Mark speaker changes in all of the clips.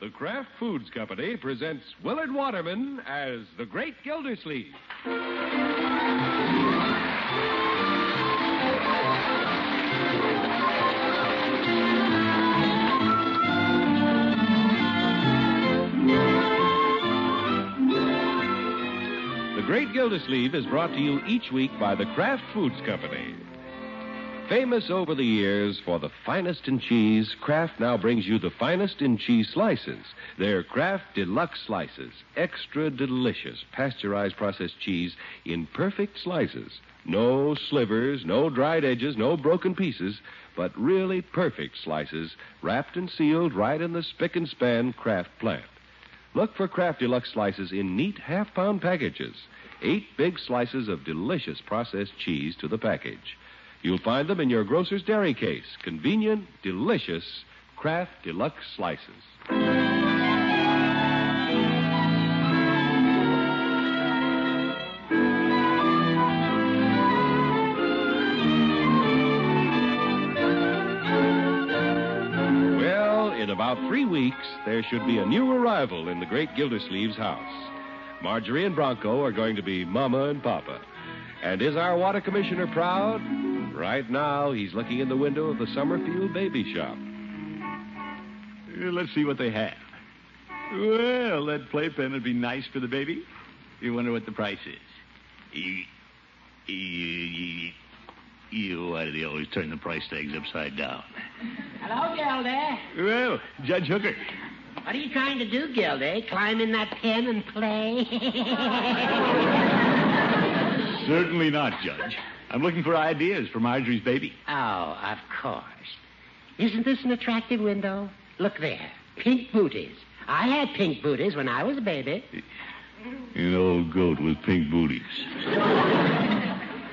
Speaker 1: The Kraft Foods Company presents Willard Waterman as the Great Gildersleeve. The Great Gildersleeve is brought to you each week by the Kraft Foods Company. Famous over the years for the finest in cheese, Kraft now brings you the finest in cheese slices. They're Kraft Deluxe Slices, extra delicious pasteurized processed cheese in perfect slices. No slivers, no dried edges, no broken pieces, but really perfect slices wrapped and sealed right in the spick and span Kraft plant. Look for Kraft Deluxe Slices in neat half pound packages. Eight big slices of delicious processed cheese to the package. You'll find them in your grocer's dairy case. Convenient, delicious Kraft Deluxe Slices. Well, in about three weeks, there should be a new arrival in the great Gildersleeve's house. Marjorie and Bronco are going to be Mama and Papa. And is our water commissioner proud? Right now, he's looking in the window of the Summerfield baby shop.
Speaker 2: Uh, Let's see what they have. Well, that playpen would be nice for the baby. You wonder what the price is. E, You, you, you, E, why do they always turn the price tags upside down?
Speaker 3: Hello, Gildy.
Speaker 2: Well, Judge Hooker.
Speaker 3: What are you trying to do, Gildy? Climb in that pen and play?
Speaker 2: Certainly not, Judge. I'm looking for ideas for Marjorie's baby.
Speaker 3: oh, of course. Isn't this an attractive window? Look there. Pink booties. I had pink booties when I was a baby.
Speaker 2: An old goat with pink booties.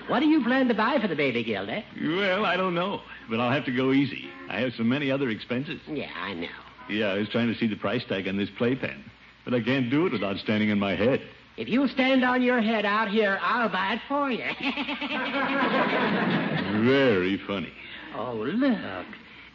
Speaker 3: What do you plan to buy for the baby, Gildy?
Speaker 2: Well, I don't know, but I'll have to go easy. I have so many other expenses.
Speaker 3: Yeah, I know.
Speaker 2: Yeah, I was trying to see the price tag on this playpen, but I can't do it without standing on my head.
Speaker 3: If you'll stand on your head out here, I'll buy it for you.
Speaker 2: Very funny.
Speaker 3: oh, look.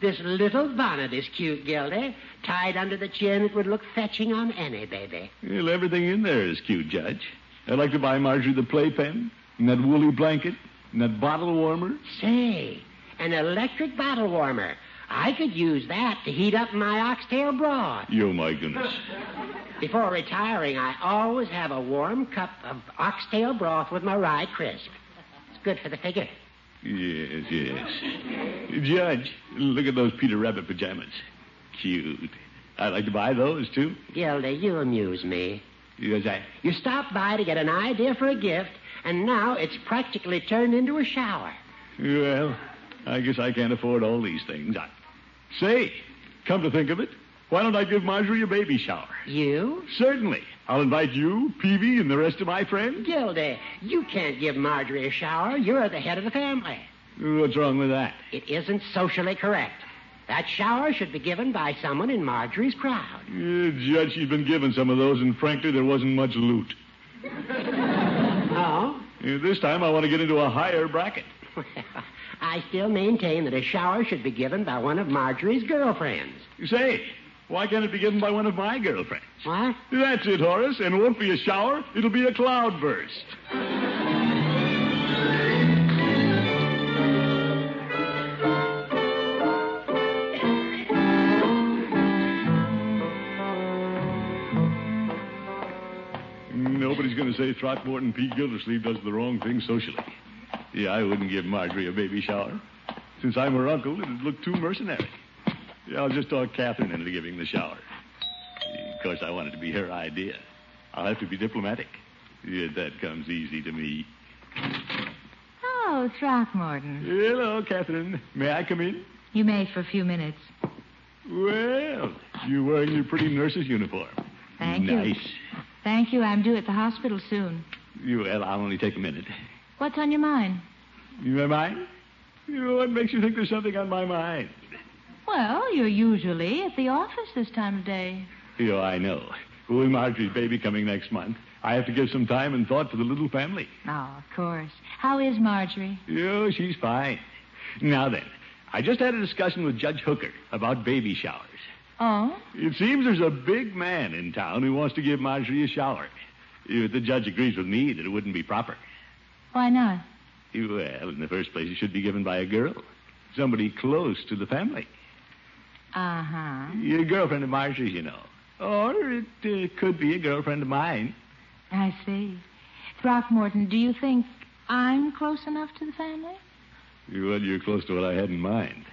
Speaker 3: This little bonnet is cute, Gildy. Tied under the chin, it would look fetching on any baby.
Speaker 2: Well, everything in there is cute, Judge. I'd like to buy Marjorie the playpen, and that woolly blanket, and that bottle warmer.
Speaker 3: Say, an electric bottle warmer. I could use that to heat up my oxtail broth.
Speaker 2: Yo, Oh, my goodness.
Speaker 3: Before retiring, I always have a warm cup of oxtail broth with my rye crisp. It's good for the figure.
Speaker 2: Yes, yes. Judge, look at those Peter Rabbit pajamas. Cute. I'd like to buy those, too.
Speaker 3: Gilda, you amuse me.
Speaker 2: Because I.
Speaker 3: You stopped by to get an idea for a gift, and now it's practically turned into a shower.
Speaker 2: Well, I guess I can't afford all these things. I... Say, come to think of it, why don't I give Marjorie a baby shower?
Speaker 3: You?
Speaker 2: Certainly. I'll invite you, Peavy, and the rest of my friends.
Speaker 3: Gilda, you can't give Marjorie a shower. You're the head of the family.
Speaker 2: What's wrong with that?
Speaker 3: It isn't socially correct. That shower should be given by someone in Marjorie's crowd.
Speaker 2: Yeah, Judge, she's been given some of those, and frankly, there wasn't much loot.
Speaker 3: Oh?
Speaker 2: Yeah, This time, I want to get into a higher bracket.
Speaker 3: Well, I still maintain that a shower should be given by one of Marjorie's girlfriends.
Speaker 2: Say, why can't it be given by one of my girlfriends?
Speaker 3: What?
Speaker 2: That's it, Horace, and it won't be a shower. It'll be a cloudburst. Nobody's going to say Throckmorton P. Gildersleeve does the wrong thing socially. Yeah, I wouldn't give Marjorie a baby shower. Since I'm her uncle, it'd look too mercenary. Yeah, I'll just talk Catherine into giving the shower. Of course, I want it to be her idea. I'll have to be diplomatic. Yeah, that comes easy to me.
Speaker 4: Oh, Throckmorton.
Speaker 2: Hello, Catherine. May I come in?
Speaker 4: You may for a few minutes.
Speaker 2: Well, you're wearing your pretty nurse's uniform.
Speaker 4: Thank you.
Speaker 2: nice.
Speaker 4: Thank you. I'm due at the hospital soon.
Speaker 2: you. Well, I'll only take a minute.
Speaker 4: What's on your mind?
Speaker 2: You know mine? You know what makes you think there's something on my mind?
Speaker 4: Well, you're usually at the office this time of day.
Speaker 2: You know, I know. With Marjorie's baby coming next month, I have to give some time and thought to the little family.
Speaker 4: Oh, of course. How is Marjorie?
Speaker 2: Oh, she's fine. Now then, I just had a discussion with Judge Hooker about baby showers.
Speaker 4: Oh?
Speaker 2: It seems there's a big man in town who wants to give Marjorie a shower. If the judge agrees with me that it wouldn't be proper.
Speaker 4: Why not?
Speaker 2: Well, in the first place, it should be given by a girl. Somebody close to the family.
Speaker 4: Uh huh.
Speaker 2: Your girlfriend of Marjorie's, you know. Or it uh, could be a girlfriend of mine.
Speaker 4: I see. Throckmorton, do you think I'm close enough to the family?
Speaker 2: Well, you're close to what I had in mind.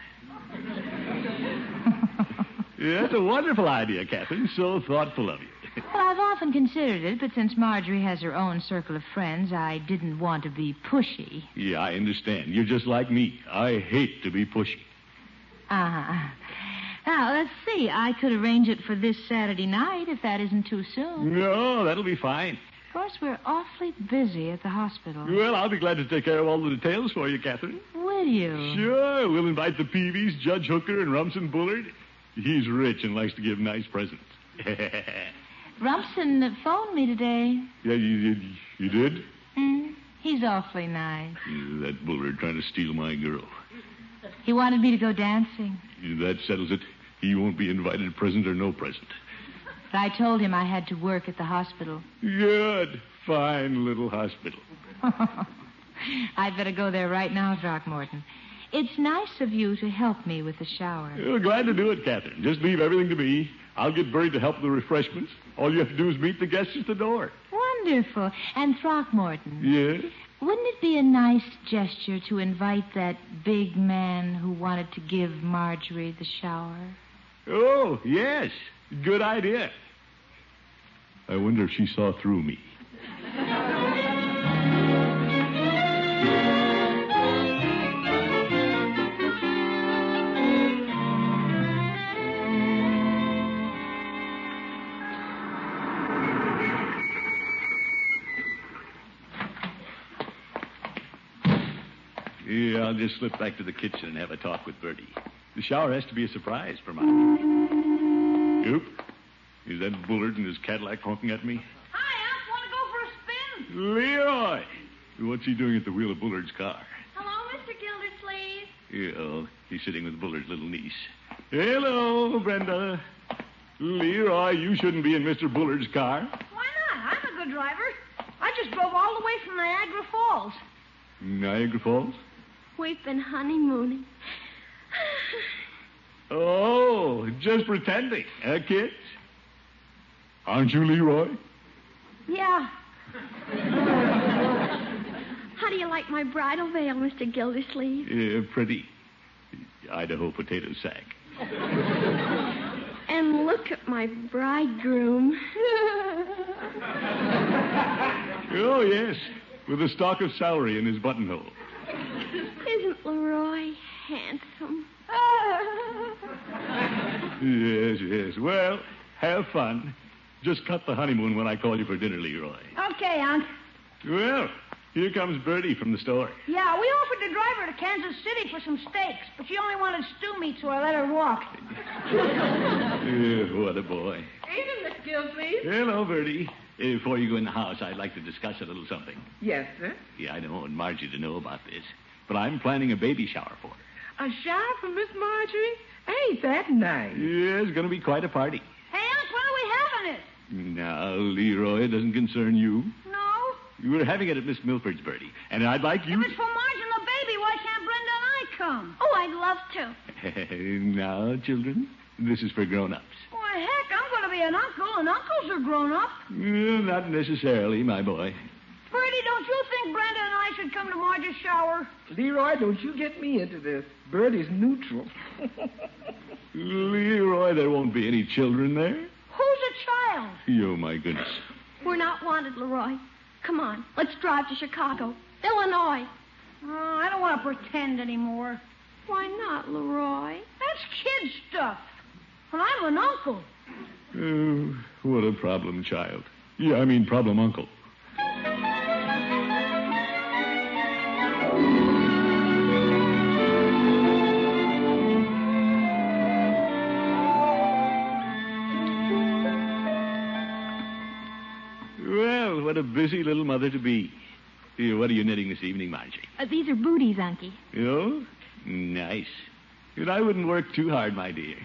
Speaker 2: Yeah, That's a wonderful idea, Catherine. So thoughtful of you.
Speaker 4: Well, I've often considered it, but since Marjorie has her own circle of friends, I didn't want to be pushy.
Speaker 2: Yeah, I understand. You're just like me. I hate to be pushy.
Speaker 4: Ah. Now, let's see. I could arrange it for this Saturday night if that isn't too soon.
Speaker 2: No, that'll be fine.
Speaker 4: Of course, we're awfully busy at the hospital.
Speaker 2: Well, I'll be glad to take care of all the details for you, Catherine.
Speaker 4: Will you?
Speaker 2: Sure, we'll invite the Peavies, Judge Hooker, and Rumson Bullard. He's rich and likes to give nice presents. yeah,
Speaker 4: Rumson phoned me today.
Speaker 2: you, you, you did?
Speaker 4: Hmm? He's awfully nice.
Speaker 2: That Bullard trying to steal my girl.
Speaker 4: He wanted me to go dancing,
Speaker 2: That settles it. He won't be invited, present or no present.
Speaker 4: but I told him I had to work at the hospital.
Speaker 2: Good. Fine little hospital.
Speaker 4: I'd better go there right now, Throckmorton. It's nice of you to help me with the shower.
Speaker 2: Well, glad to do it, Catherine. Just leave everything to me. I'll get Buried to help with the refreshments. All you have to do is meet the guests at the door.
Speaker 4: Wonderful. And Throckmorton,
Speaker 2: Yes?
Speaker 4: wouldn't it be a nice gesture to invite that big man who wanted to give Marjorie the shower?
Speaker 2: Oh, yes. Good idea. I wonder if she saw through me. Yeah, I'll just slip back to the kitchen and have a talk with Bertie. The shower has to be a surprise for Mom. Oop. Is that Bullard and his Cadillac honking at me?
Speaker 5: Hi, Unc. Want to go for a spin?
Speaker 2: Leroy! What's he doing at the wheel of Bullard's car?
Speaker 5: Hello, Mr. Gildersleeve.
Speaker 2: Oh, he's sitting with Bullard's little niece. Hello, Brenda. Leroy, you shouldn't be in Mr. Bullard's car.
Speaker 5: Why not? I'm a good driver. I just drove all the way from Niagara Falls.
Speaker 2: Niagara Falls?
Speaker 5: We've been honeymooning.
Speaker 2: Oh, just pretending, huh, kids? Aren't you Leroy?
Speaker 5: yeah. How do you like my bridal veil, Mr. Gildersleeve?
Speaker 2: Uh, pretty. Idaho potato sack.
Speaker 5: And look at my bridegroom.
Speaker 2: Oh, yes. With a stock of celery in his buttonhole.
Speaker 5: Isn't Leroy handsome?
Speaker 2: Yes, yes. Well, have fun. Just cut the honeymoon when I call you for dinner, Leroy.
Speaker 5: okay, Unc.
Speaker 2: Well, here comes Bertie from the store.
Speaker 5: Yeah, we offered to drive her to Kansas City for some steaks, but she only wanted stew meat, so I let her walk.
Speaker 2: Uh, what a boy.
Speaker 6: Evening, Miss Gilsleeve.
Speaker 2: Hello, Bertie. Uh, Before you go in the house, I'd like to discuss a little something.
Speaker 6: Yes, sir.
Speaker 2: Yeah, I don't want Margie to know about this, but I'm planning a baby shower for her.
Speaker 6: A shower for Miss Marjorie? Ain't that nice?
Speaker 2: Yeah, it's going to be quite a party.
Speaker 5: Hey, Unc, when are we having it?
Speaker 2: Now, Leroy, it doesn't concern you.
Speaker 5: No.
Speaker 2: We're having it at Miss Milford's, Bertie, and I'd like you.
Speaker 5: If it's for Marge and the baby, why can't Brenda and I come? Oh, I'd love to.
Speaker 2: now, children, this is for grown-ups.
Speaker 5: Why, heck, I'm going to be an uncle, and uncles are grown up.
Speaker 2: Uh, not necessarily, my boy.
Speaker 5: Bertie, don't you think Brenda and I should come to Marge's shower?
Speaker 6: Leroy, don't you get me into this. Bertie's neutral.
Speaker 2: Leroy, there won't be any children there.
Speaker 5: Who's a child?
Speaker 2: Oh, my goodness.
Speaker 5: We're not wanted, Leroy. Come on, let's drive to Chicago, Illinois. Oh, I don't want to pretend anymore. Why not, Leroy? That's kid stuff. And I'm an uncle.
Speaker 2: Oh, what a problem, child. Yeah, I mean, problem, uncle. Well, what a busy little mother to be. Yeah, What are you knitting this evening, Margie?
Speaker 4: Uh, these are booties, Unky.
Speaker 2: Oh, nice. And I wouldn't work too hard, my dear.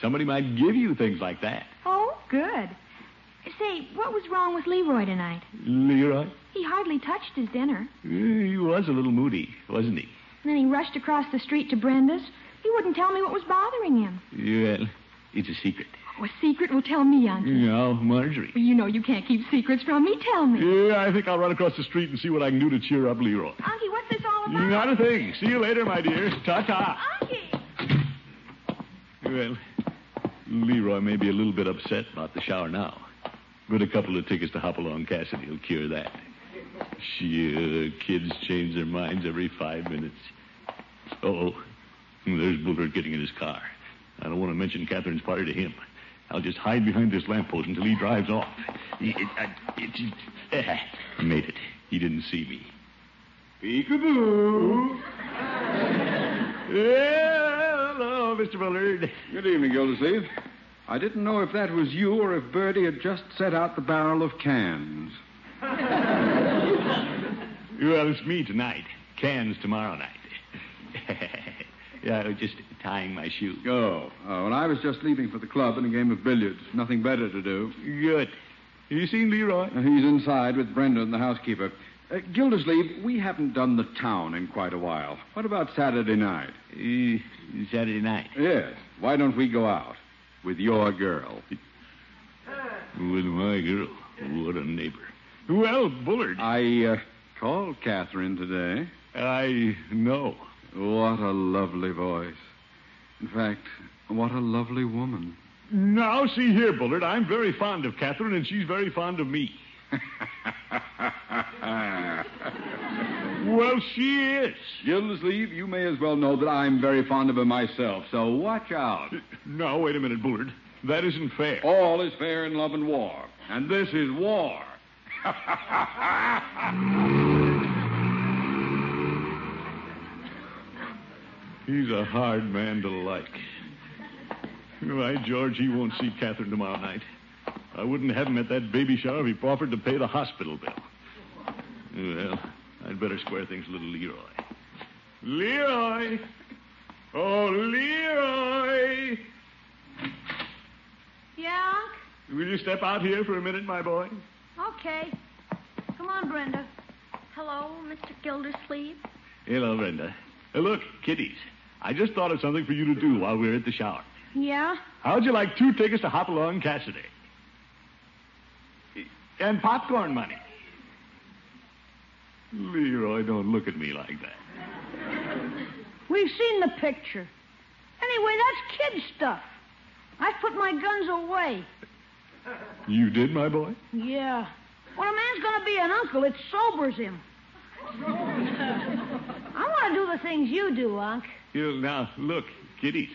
Speaker 2: Somebody might give you things like that.
Speaker 5: Oh? Good. Say, what was wrong with Leroy tonight?
Speaker 2: Leroy?
Speaker 5: He hardly touched his dinner.
Speaker 2: Eh, He was a little moody, wasn't he?
Speaker 5: And then he rushed across the street to Brenda's. He wouldn't tell me what was bothering him.
Speaker 2: Well, it's a secret.
Speaker 5: Oh, a secret? Well, tell me, Uncle.
Speaker 2: Now, Marjorie.
Speaker 5: You know you can't keep secrets from me. Tell me.
Speaker 2: Yeah, I think I'll run across the street and see what I can do to cheer up Leroy.
Speaker 5: Unky, what's this all about?
Speaker 2: Not a thing. See you later, my dear. Ta ta.
Speaker 5: Unky!
Speaker 2: Well, Leroy may be a little bit upset about the shower now, but a couple of tickets to Hopalong Cassidy will cure that. Sure, kids change their minds every five minutes. Oh, there's Bullard getting in his car. I don't want to mention Catherine's party to him. I'll just hide behind this lamppost until he drives off. It- it- I- it- it- ah, made it. He didn't see me. Peekaboo! Yeah, hello, Mr. Bullard.
Speaker 7: Good evening, Gildersleeve. I didn't know if that was you or if Bertie had just set out the barrel of cans.
Speaker 2: Well, it's me tonight. Cans tomorrow night. yeah, I was just tying my shoe.
Speaker 7: Oh, uh, well, I was just leaving for the club in a game of billiards. Nothing better to do.
Speaker 2: Good. You seen Leroy?
Speaker 7: Uh, he's inside with Brenda and the housekeeper. Uh, Gildersleeve, we haven't done the town in quite a while. What about Saturday night?
Speaker 2: Uh, Saturday night.
Speaker 7: Yes. Why don't we go out with your girl?
Speaker 2: With my girl. What a neighbor. Well, Bullard.
Speaker 7: I uh, called Catherine today.
Speaker 2: I know.
Speaker 7: What a lovely voice. In fact, what a lovely woman.
Speaker 2: Now, see here, Bullard. I'm very fond of Catherine, and she's very fond of me. Well, she is.
Speaker 7: Gildersleeve, you may as well know that I'm very fond of her myself, so watch out.
Speaker 2: No, wait a minute, Bullard. That isn't fair.
Speaker 7: All is fair in love and war, and this is war.
Speaker 2: He's a hard man to like. Why, George, he won't see Catherine tomorrow night. I wouldn't have him at that baby shower if he offered to pay the hospital bill. Well, I'd better square things a little, Leroy. Leroy! Oh, Leroy!
Speaker 5: Yeah,
Speaker 2: Will you step out here for a minute, my boy?
Speaker 5: Unc? Okay. Come on, Brenda. Hello, Mr. Gildersleeve.
Speaker 2: Hello, Brenda. Hey, look, kiddies. I just thought of something for you to do while we're at the shower.
Speaker 5: Yeah?
Speaker 2: How'd you like two tickets to Hopalong Cassidy? And popcorn money. Leroy, don't look at me like that.
Speaker 5: We've seen the picture. Anyway, that's kid stuff. I've put my guns away.
Speaker 2: You did, my boy?
Speaker 5: Yeah. When a man's gonna be an uncle, it sobers him. I want to do the things you do, Unc.
Speaker 2: You, now, look, kiddies.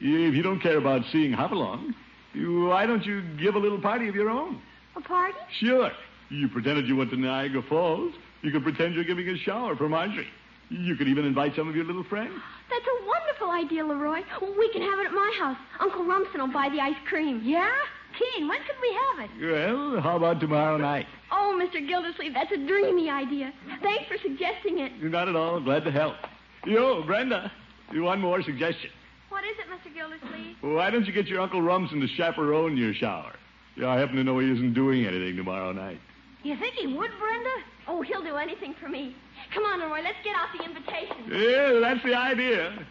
Speaker 2: If you don't care about seeing Hopalong, you- why don't you give a little party of your own?
Speaker 5: A party?
Speaker 2: Sure. You pretended you went to Niagara Falls. You could pretend you're giving a shower for Marjorie. You could even invite some of your little friends.
Speaker 5: That's a wonderful idea, Leroy. We can have it at my house. Uncle Rumsen will buy the ice cream. Yeah? Keen, when could we have it?
Speaker 2: Well, how about tomorrow night?
Speaker 5: Oh, Mr. Gildersleeve, that's a dreamy idea. Thanks for suggesting it.
Speaker 2: Not at all. Glad to help. Yo, Brenda, one more suggestion.
Speaker 5: What is it, Mr. Gildersleeve?
Speaker 2: Why don't you get your Uncle Rumsen to chaperone your shower? Yeah, I happen to know he isn't doing anything tomorrow night.
Speaker 5: You think he would, Brenda? Oh, he'll do anything for me. Come on, Leroy, let's get out the invitation.
Speaker 2: Yeah, that's the idea.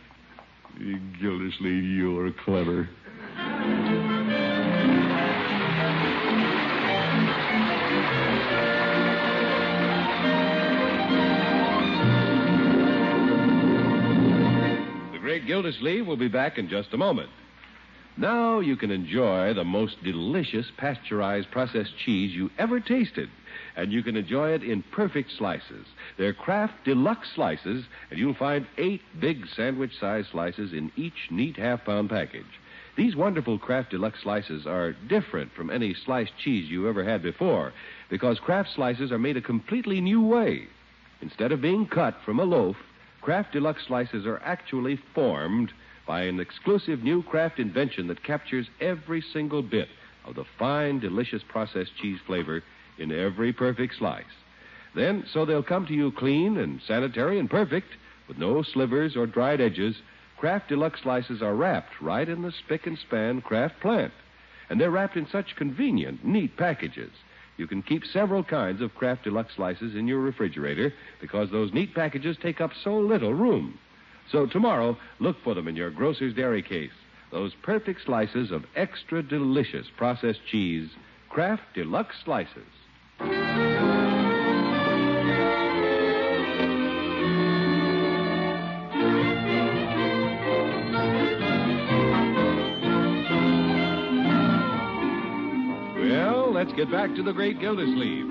Speaker 2: You Gildersleeve, you're clever.
Speaker 1: The great Gildersleeve will be back in just a moment. Now you can enjoy the most delicious pasteurized processed cheese you ever tasted, and you can enjoy it in perfect slices. They're Kraft Deluxe slices, and you'll find eight big sandwich sized slices in each neat half pound package. These wonderful Kraft Deluxe slices are different from any sliced cheese you ever had before because Kraft slices are made a completely new way. Instead of being cut from a loaf, Kraft Deluxe slices are actually formed by an exclusive new Kraft invention that captures every single bit of the fine, delicious processed cheese flavor in every perfect slice. Then, so they'll come to you clean and sanitary and perfect, with no slivers or dried edges, Kraft Deluxe slices are wrapped right in the spick and span Kraft plant. And they're wrapped in such convenient, neat packages. You can keep several kinds of Kraft Deluxe slices in your refrigerator because those neat packages take up so little room. So tomorrow, look for them in your grocer's dairy case. Those perfect slices of extra delicious processed cheese, Kraft Deluxe slices. Well, let's get back to the great Gildersleeve.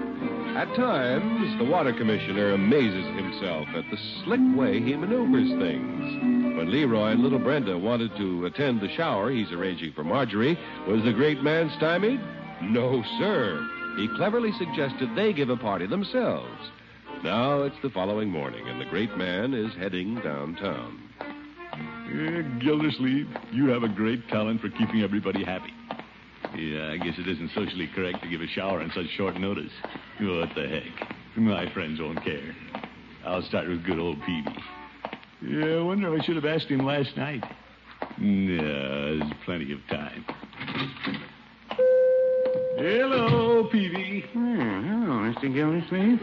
Speaker 1: At times, the water commissioner amazes himself at the slick way he maneuvers things. When Leroy and little Brenda wanted to attend the shower he's arranging for Marjorie, was the great man stymied? No, sir. He cleverly suggested they give a party themselves. Now it's the following morning, and the great man is heading downtown.
Speaker 2: Eh, Gildersleeve, you have a great talent for keeping everybody happy. Yeah, I guess it isn't socially correct to give a shower on such short notice. What the heck? My friends won't care. I'll start with good old Peavy. Yeah, I wonder if I should have asked him last night. No, there's plenty of time. Hello, Peavy.
Speaker 8: hello, Mr. Gildersleeve.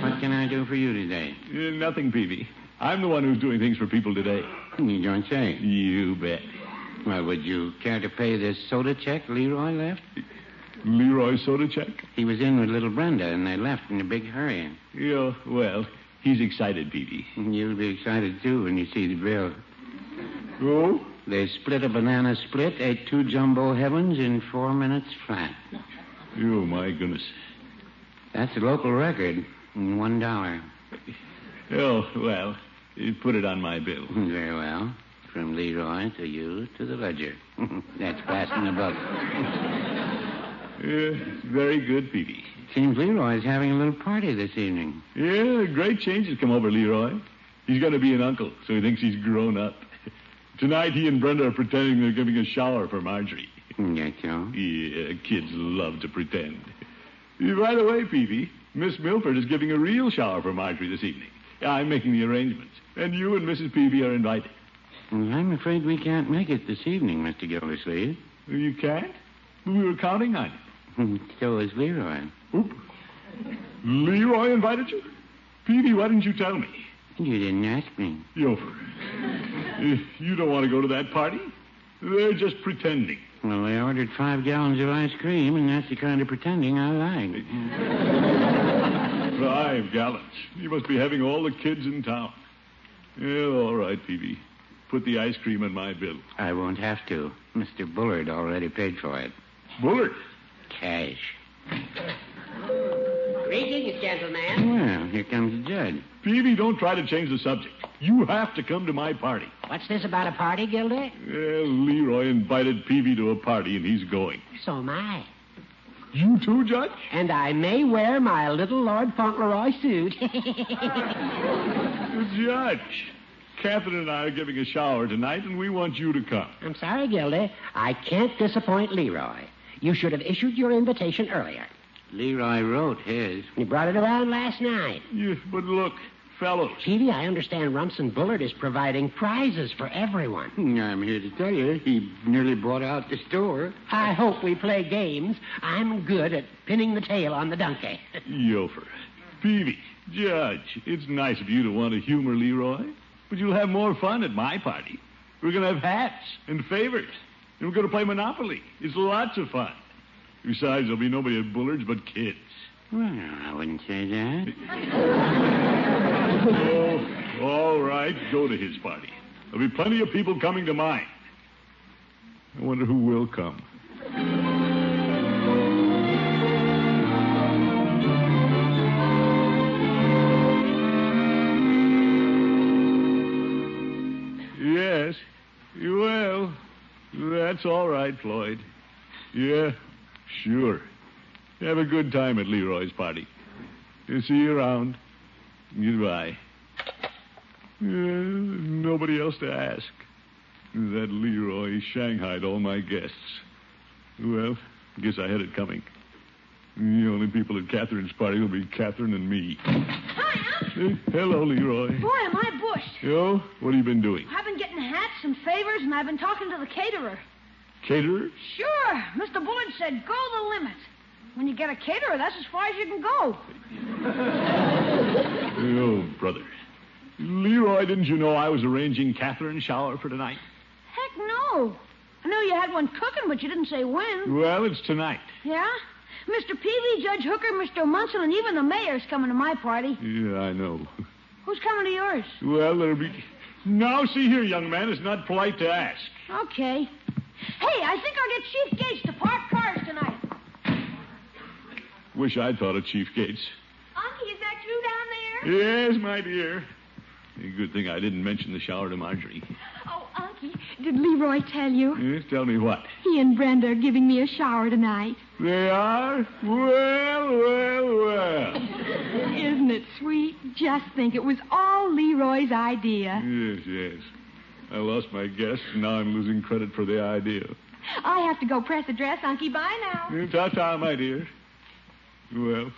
Speaker 8: what can I do for you today?
Speaker 2: Eh, nothing, Peavy. I'm the one who's doing things for people today.
Speaker 8: You don't say.
Speaker 2: You bet.
Speaker 8: Well, would you care to pay this soda check Leroy left?
Speaker 2: Leroy soda check?
Speaker 8: He was in with little Brenda, and they left in a big hurry.
Speaker 2: Yeah, well, he's excited, Peavy.
Speaker 8: You'll be excited, too, when you see the bill.
Speaker 2: Oh?
Speaker 8: They split a banana split, ate two jumbo heavens in four minutes flat.
Speaker 2: Oh, my goodness.
Speaker 8: That's a local record. and One dollar.
Speaker 2: Oh, well, you put it on my bill.
Speaker 8: Very well. From Leroy to you to the ledger. That's passing the buck.
Speaker 2: Yeah, Uh, very good, Peavy.
Speaker 8: Seems Leroy's having a little party this evening.
Speaker 2: Yeah, Uh, great change has come over Leroy. He's going to be an uncle, so he thinks he's grown up. Tonight, he and Brenda are pretending they're giving a shower for Marjorie.
Speaker 8: Yes, so?
Speaker 2: Yeah, kids love to pretend. Yeah, By the way, Peavy, Miss Milford is giving a real shower for Marjorie this evening. I'm making the arrangements, and you and Mrs. Peavy are invited.
Speaker 8: I'm afraid we can't make it this evening, Mr. Gildersleeve. Hmm,
Speaker 2: You can't? We were counting on you.
Speaker 8: so is Leroy.
Speaker 2: Oop. Leroy invited you? Peavy, why didn't you tell me?
Speaker 8: You didn't ask me.
Speaker 2: Yo, you don't want to go to that party? They're just pretending.
Speaker 8: Well, I ordered five gallons of ice cream, and that's the kind of pretending I like.
Speaker 2: Five gallons. You must be having all the kids in town. Yeah, all right, Peavy. Put the ice cream in my bill.
Speaker 8: I won't have to. Mr. Bullard already paid for it.
Speaker 2: Bullard.
Speaker 8: Cash.
Speaker 3: Greetings, gentlemen.
Speaker 8: Well, here comes the judge.
Speaker 2: Peavy, don't try to change the subject. You have to come to my party.
Speaker 3: What's this about a party, Gildy?
Speaker 2: Yeah, Leroy invited Peavy to a party, and he's going.
Speaker 3: So am I.
Speaker 2: You too, Judge?
Speaker 3: And I may wear my little Lord Fauntleroy suit.
Speaker 2: Judge. Catherine and I are giving a shower tonight, and we want you to come.
Speaker 3: I'm sorry, Gildy. I can't disappoint Leroy. You should have issued your invitation earlier.
Speaker 8: Leroy wrote his.
Speaker 3: You brought it around last night.
Speaker 2: Yeah, but look, fellows.
Speaker 3: Peavy, I understand Rumson Bullard is providing prizes for everyone.
Speaker 2: Mm,
Speaker 8: I'm here to tell you, he nearly bought out the store.
Speaker 3: I hope we play games. I'm good at pinning the tail on the donkey.
Speaker 2: Yofer. Peavy. Judge. It's nice of you to want to humor Leroy, but you'll have more fun at my party. We're going to have hats and favors, and we're going to play Monopoly. It's lots of fun. Besides, there'll be nobody at Bullard's but kids.
Speaker 8: Well, I wouldn't say that.
Speaker 2: Oh, all right, go to his party. There'll be plenty of people coming to mine. I wonder who will come. Yes. Well, that's all right, Floyd. Yeah, sure. Have a good time at Leroy's party. See you around. Goodbye. Uh, nobody else to ask. That Leroy shanghaied all my guests. Well, guess I had it coming. The only people at Catherine's party will be Catherine and me.
Speaker 5: Hi, I'm...
Speaker 2: Eh, hello, Leroy.
Speaker 5: Boy, am I bushed.
Speaker 2: Yo, what have you been doing?
Speaker 5: I've been getting hats and favors, and I've been talking to the caterer.
Speaker 2: Caterer?
Speaker 5: Sure, Mr. Bullard said go the limit. When you get a caterer, that's as far as you can go.
Speaker 2: Oh, brother. Leroy, didn't you know I was arranging Catherine's shower for tonight?
Speaker 5: Heck no. I know you had one cooking, but you didn't say when.
Speaker 2: Well, it's tonight.
Speaker 5: Yeah? Mr. Peavy, Judge Hooker, Mr. Munson, and even the mayor's coming to my party.
Speaker 2: Yeah, I know.
Speaker 5: Who's coming to yours?
Speaker 2: Well, there'll be. Now, see here, young man, it's not polite to ask.
Speaker 5: Okay. Hey, I think I'll get Chief Gates to park cars tonight.
Speaker 2: Wish I'd thought of Chief Gates.
Speaker 5: Unky, is that you down there?
Speaker 2: Yes, my dear. Good thing I didn't mention the shower to Marjorie.
Speaker 5: Oh, Unky.
Speaker 6: Did Leroy tell you?
Speaker 2: Yes, tell me what.
Speaker 6: He and Brenda are giving me a shower tonight.
Speaker 2: They are? Well, well, well.
Speaker 6: Isn't it sweet? Just think, it was all Leroy's idea.
Speaker 2: Yes, yes. I lost my guess, and now I'm losing credit for the idea.
Speaker 6: I have to go press a dress, Unky. Bye now.
Speaker 2: Ta ta, my dear. Well,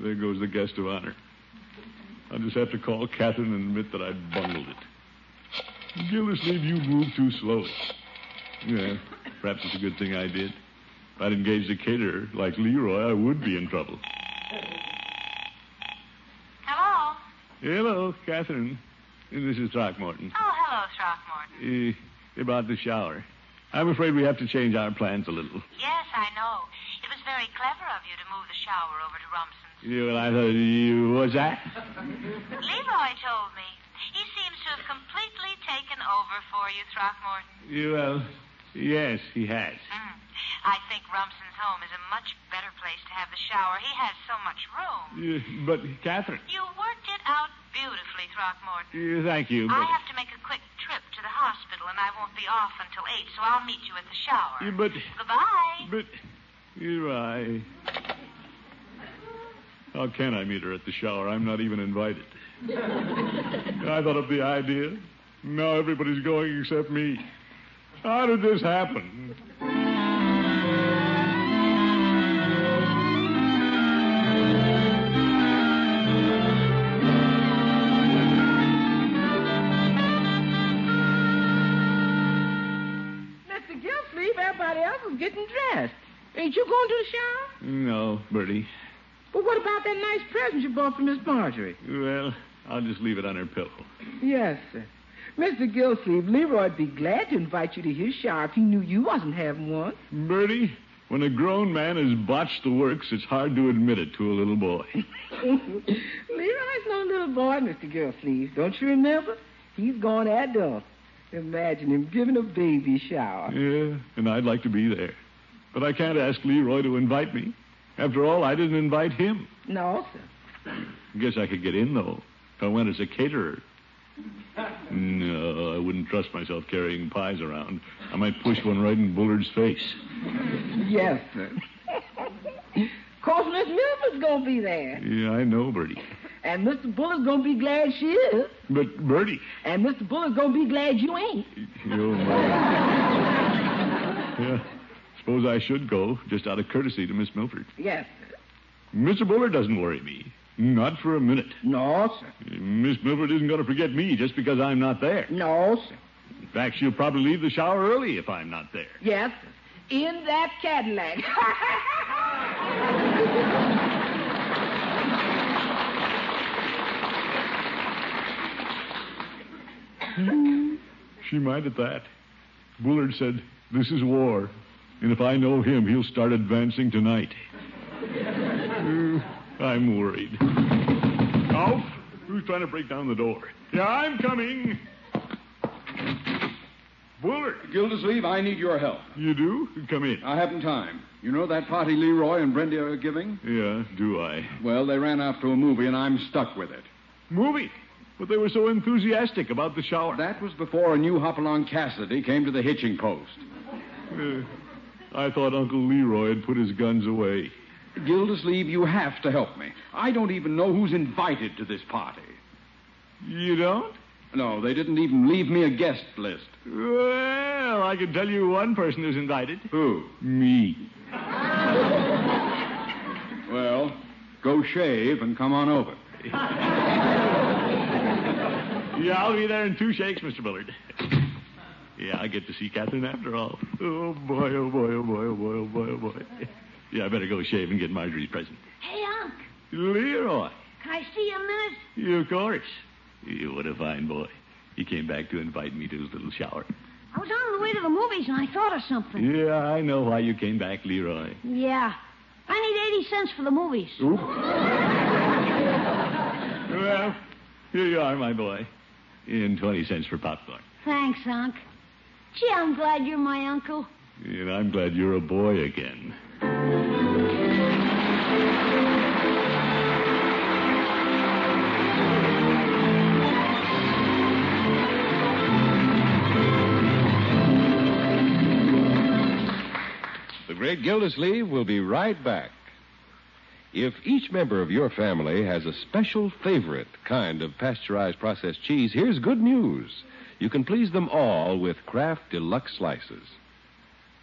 Speaker 2: there goes the guest of honor. I'll just have to call Catherine and admit that I bungled it. Gildersleeve, you moved too slowly. Yeah, perhaps it's a good thing I did. If I'd engaged a caterer like Leroy, I would be in trouble.
Speaker 9: Hello?
Speaker 2: Hello, Catherine. This is Throckmorton.
Speaker 9: Oh, hello, Throckmorton.
Speaker 2: Eh, about the shower. I'm afraid we have to change our plans a little.
Speaker 9: Yes, I know. It was very clever of you to move the shower over to Rumson's.
Speaker 2: You and I thought you was that?
Speaker 9: Leroy told me. He seems to have completely taken over for you, Throckmorton.
Speaker 2: Well, yes, he has.
Speaker 9: Mm. I think Rumson's home is a much better place to have the shower. He has so much room.
Speaker 2: Uh, but Catherine,
Speaker 9: You worked it out beautifully, Throckmorton.
Speaker 2: uh, thank you. But,
Speaker 9: I have to make a quick trip to the hospital, and I won't be off until 8, so I'll meet you at the shower.
Speaker 2: Uh, but
Speaker 9: Goodbye.
Speaker 2: but you're right. How can I meet her at the shower? I'm not even invited. I thought of the idea. Now everybody's going except me. How did this happen?
Speaker 6: Mr. Gilsleeve, everybody else is getting dressed. Ain't you going to the shower?
Speaker 2: No, Bertie.
Speaker 6: Well, what about that nice present you bought for Miss Marjorie?
Speaker 2: Well, I'll just leave it on her pillow.
Speaker 6: Yes, sir. Mr. Gilsleeve, Leroy'd be glad to invite you to his shower if he knew you wasn't having one.
Speaker 2: Bertie, when a grown man has botched the works, it's hard to admit it to a little boy.
Speaker 6: Leroy's no little boy, Mr. Gilsleeve. Don't you remember? He's gone adult. Imagine him giving a baby shower.
Speaker 2: Yeah, and I'd like to be there. But I can't ask Leroy to invite me. After all, I didn't invite him.
Speaker 6: No, sir.
Speaker 2: Guess I could get in, though, if I went as a caterer. No, I wouldn't trust myself carrying pies around. I might push one right in Bullard's face.
Speaker 6: Yes, sir. of course, Miss Milford's going to be there.
Speaker 2: Yeah, I know, Bertie.
Speaker 6: And Mr. Bullard's going to be glad she is.
Speaker 2: But, Bertie.
Speaker 6: And Mr. Bullard's going to be glad you ain't.
Speaker 2: Oh, my. yeah, suppose I should go, just out of courtesy to Miss Milford.
Speaker 6: Yes, sir.
Speaker 2: Mr. Bullard doesn't worry me. Not for a minute.
Speaker 6: No, sir.
Speaker 2: Miss Milford isn't going to forget me just because I'm not there.
Speaker 6: No, sir.
Speaker 2: In fact, she'll probably leave the shower early if I'm not there.
Speaker 6: Yes, sir. In that Cadillac.
Speaker 2: She might at that. Bullard said, This is war, and if I know him, he'll start advancing tonight. Uh, I'm worried. Alf, who's trying to break down the door? Yeah, I'm coming. Bullard,
Speaker 7: Gildersleeve, I need your help.
Speaker 2: you do? Come in.
Speaker 7: I haven't time. You know that party Leroy and Brenda are giving?
Speaker 2: Yeah, do I?
Speaker 7: Well, they ran off to a movie, and I'm stuck with it.
Speaker 2: Movie. But they were so enthusiastic about the shower.
Speaker 7: That was before a new Hopalong Cassidy came to the hitching post.
Speaker 2: Uh, I thought Uncle Leroy had put his guns away.
Speaker 7: Gildersleeve, you have to help me. I don't even know who's invited to this party.
Speaker 2: You don't?
Speaker 7: No, they didn't even leave me a guest list.
Speaker 2: Well, I can tell you one person who's invited.
Speaker 7: Who?
Speaker 2: Me.
Speaker 7: Well, go shave and come on over.
Speaker 2: Yeah, I'll be there in two shakes, Mr. Bullard. Yeah, I get to see Catherine after all. Oh, boy, oh, boy, oh, boy, oh, boy, oh, boy, oh, boy. Yeah, I better go shave and get Marjorie's present.
Speaker 5: Hey, Unc,
Speaker 2: Leroy.
Speaker 5: can I see you a minute?
Speaker 2: Yeah, of course. Yeah, what a fine boy. He came back to invite me to his little shower.
Speaker 5: I was on the way to the movies and I thought of something.
Speaker 2: Yeah, I know why you came back, Leroy.
Speaker 5: Yeah. I need 80 cents for the movies.
Speaker 2: Well, here you are, my boy. And 20 cents for popcorn.
Speaker 5: Thanks, Unc. Gee, I'm glad you're my uncle.
Speaker 2: And I'm glad you're a boy again.
Speaker 1: The Great Gildersleeve will be right back. If each member of your family has a special favorite kind of pasteurized processed cheese, here's good news. You can please them all with Kraft Deluxe Slices.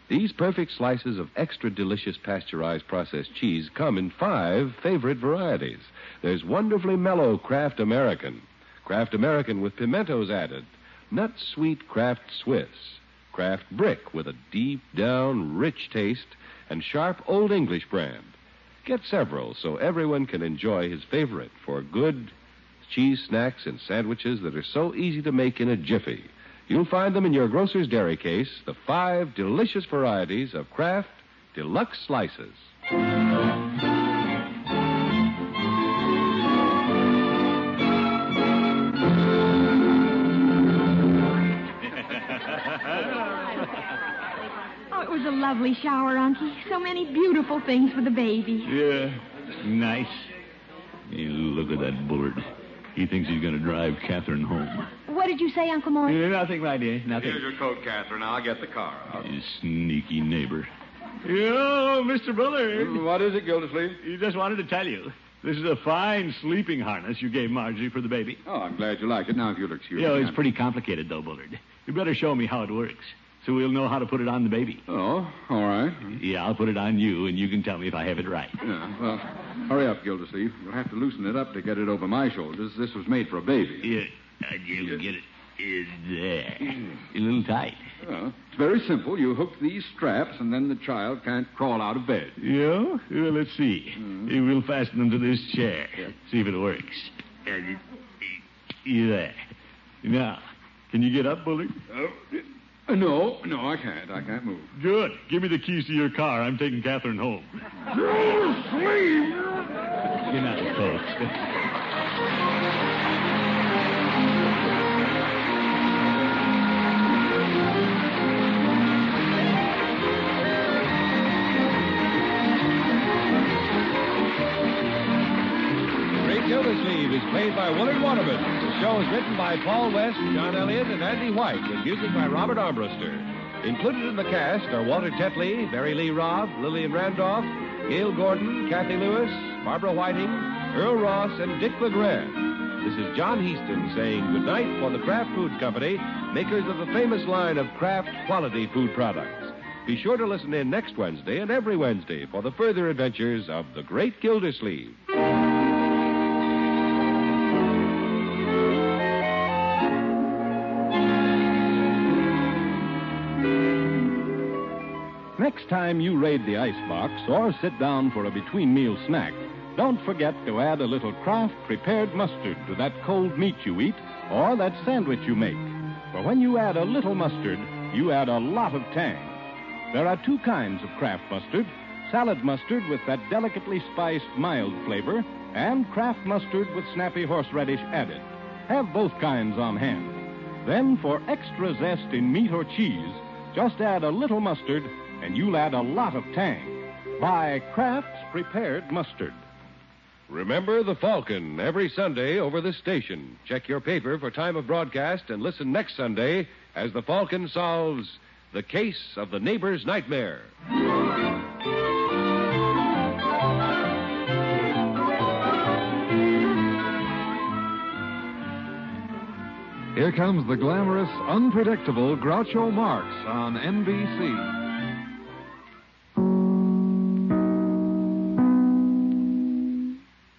Speaker 1: These perfect slices of extra delicious pasteurized processed cheese come in five favorite varieties. There's wonderfully mellow Kraft American, Kraft American with pimentos added, nut sweet Kraft Swiss, Kraft Brick with a deep down, rich taste, and sharp Old English brand. Get several so everyone can enjoy his favorite for good cheese snacks and sandwiches that are so easy to make in a jiffy. You'll find them in your grocer's dairy case, the five delicious varieties of Kraft Deluxe Slices.
Speaker 5: Oh, it was a lovely shower, Unky. So many beautiful things for the baby.
Speaker 2: Yeah, nice. You look at that Bullard. He thinks he's going to drive Catherine home.
Speaker 5: What did you say, Uncle Mort?
Speaker 2: Yeah, nothing, my dear. Nothing.
Speaker 7: Here's your coat, Catherine. I'll get the car out.
Speaker 2: You sneaky neighbor. Yo, Mr. Bullard.
Speaker 7: What is it, Gildersleeve?
Speaker 2: He just wanted to tell you. This is a fine sleeping harness you gave Marjorie for the baby.
Speaker 7: Oh, I'm glad you like it. Now, if you'll excuse
Speaker 2: Yo,
Speaker 7: me.
Speaker 2: it's
Speaker 7: I'm-
Speaker 2: pretty complicated, though, Bullard. You better show me how it works so we'll know how to put it on the baby.
Speaker 7: Oh, all right.
Speaker 2: Yeah, I'll put it on you, and you can tell me if I have it right.
Speaker 7: Yeah, well, hurry up, Gildersleeve. You'll have to loosen it up to get it over my shoulders. This was made for a baby.
Speaker 2: Yeah, I will get it. in there. A little tight.
Speaker 7: Well, it's very simple. You hook these straps, and then the child can't crawl out of bed.
Speaker 2: Yeah? Well, let's see.
Speaker 7: Hmm.
Speaker 2: We'll fasten them to this chair. See if it works. And it- yeah, there. Now, can you get up, Bullard?
Speaker 7: Uh, no, no, I can't. I can't move.
Speaker 2: Good. Give me the keys to your car. I'm taking Catherine home. Good night, folks.
Speaker 1: Great Gildersleeve is played by Willard Waterman. The show is written by Paul West, John Elliott, and Andy White, with music by Robert Armbruster. Included in the cast are Walter Tetley, Mary Lee Robb, Lillian Randolph, Gail Gordon, Kathy Lewis, Barbara Whiting, Earl Ross, and Dick LeGrand. This is John Heaston saying goodnight for the Kraft Food Company, makers of the famous line of Kraft quality food products. Be sure to listen in next Wednesday and every Wednesday for the further adventures of the Great Gildersleeve. Next time you raid the icebox or sit down for a between meal snack, don't forget to add a little Kraft prepared mustard to that cold meat you eat or that sandwich you make. For when you add a little mustard, you add a lot of tang. There are two kinds of Kraft mustard salad mustard with that delicately spiced mild flavor, and Kraft mustard with snappy horseradish added. Have both kinds on hand. Then, for extra zest in meat or cheese, just add a little mustard and you'll add a lot of tang. Buy Kraft's Prepared Mustard. Remember the Falcon every Sunday over this station. Check your paper for time of broadcast and listen next Sunday as the Falcon solves the case of the neighbor's nightmare.
Speaker 10: Here comes the glamorous, unpredictable Groucho Marx on NBC.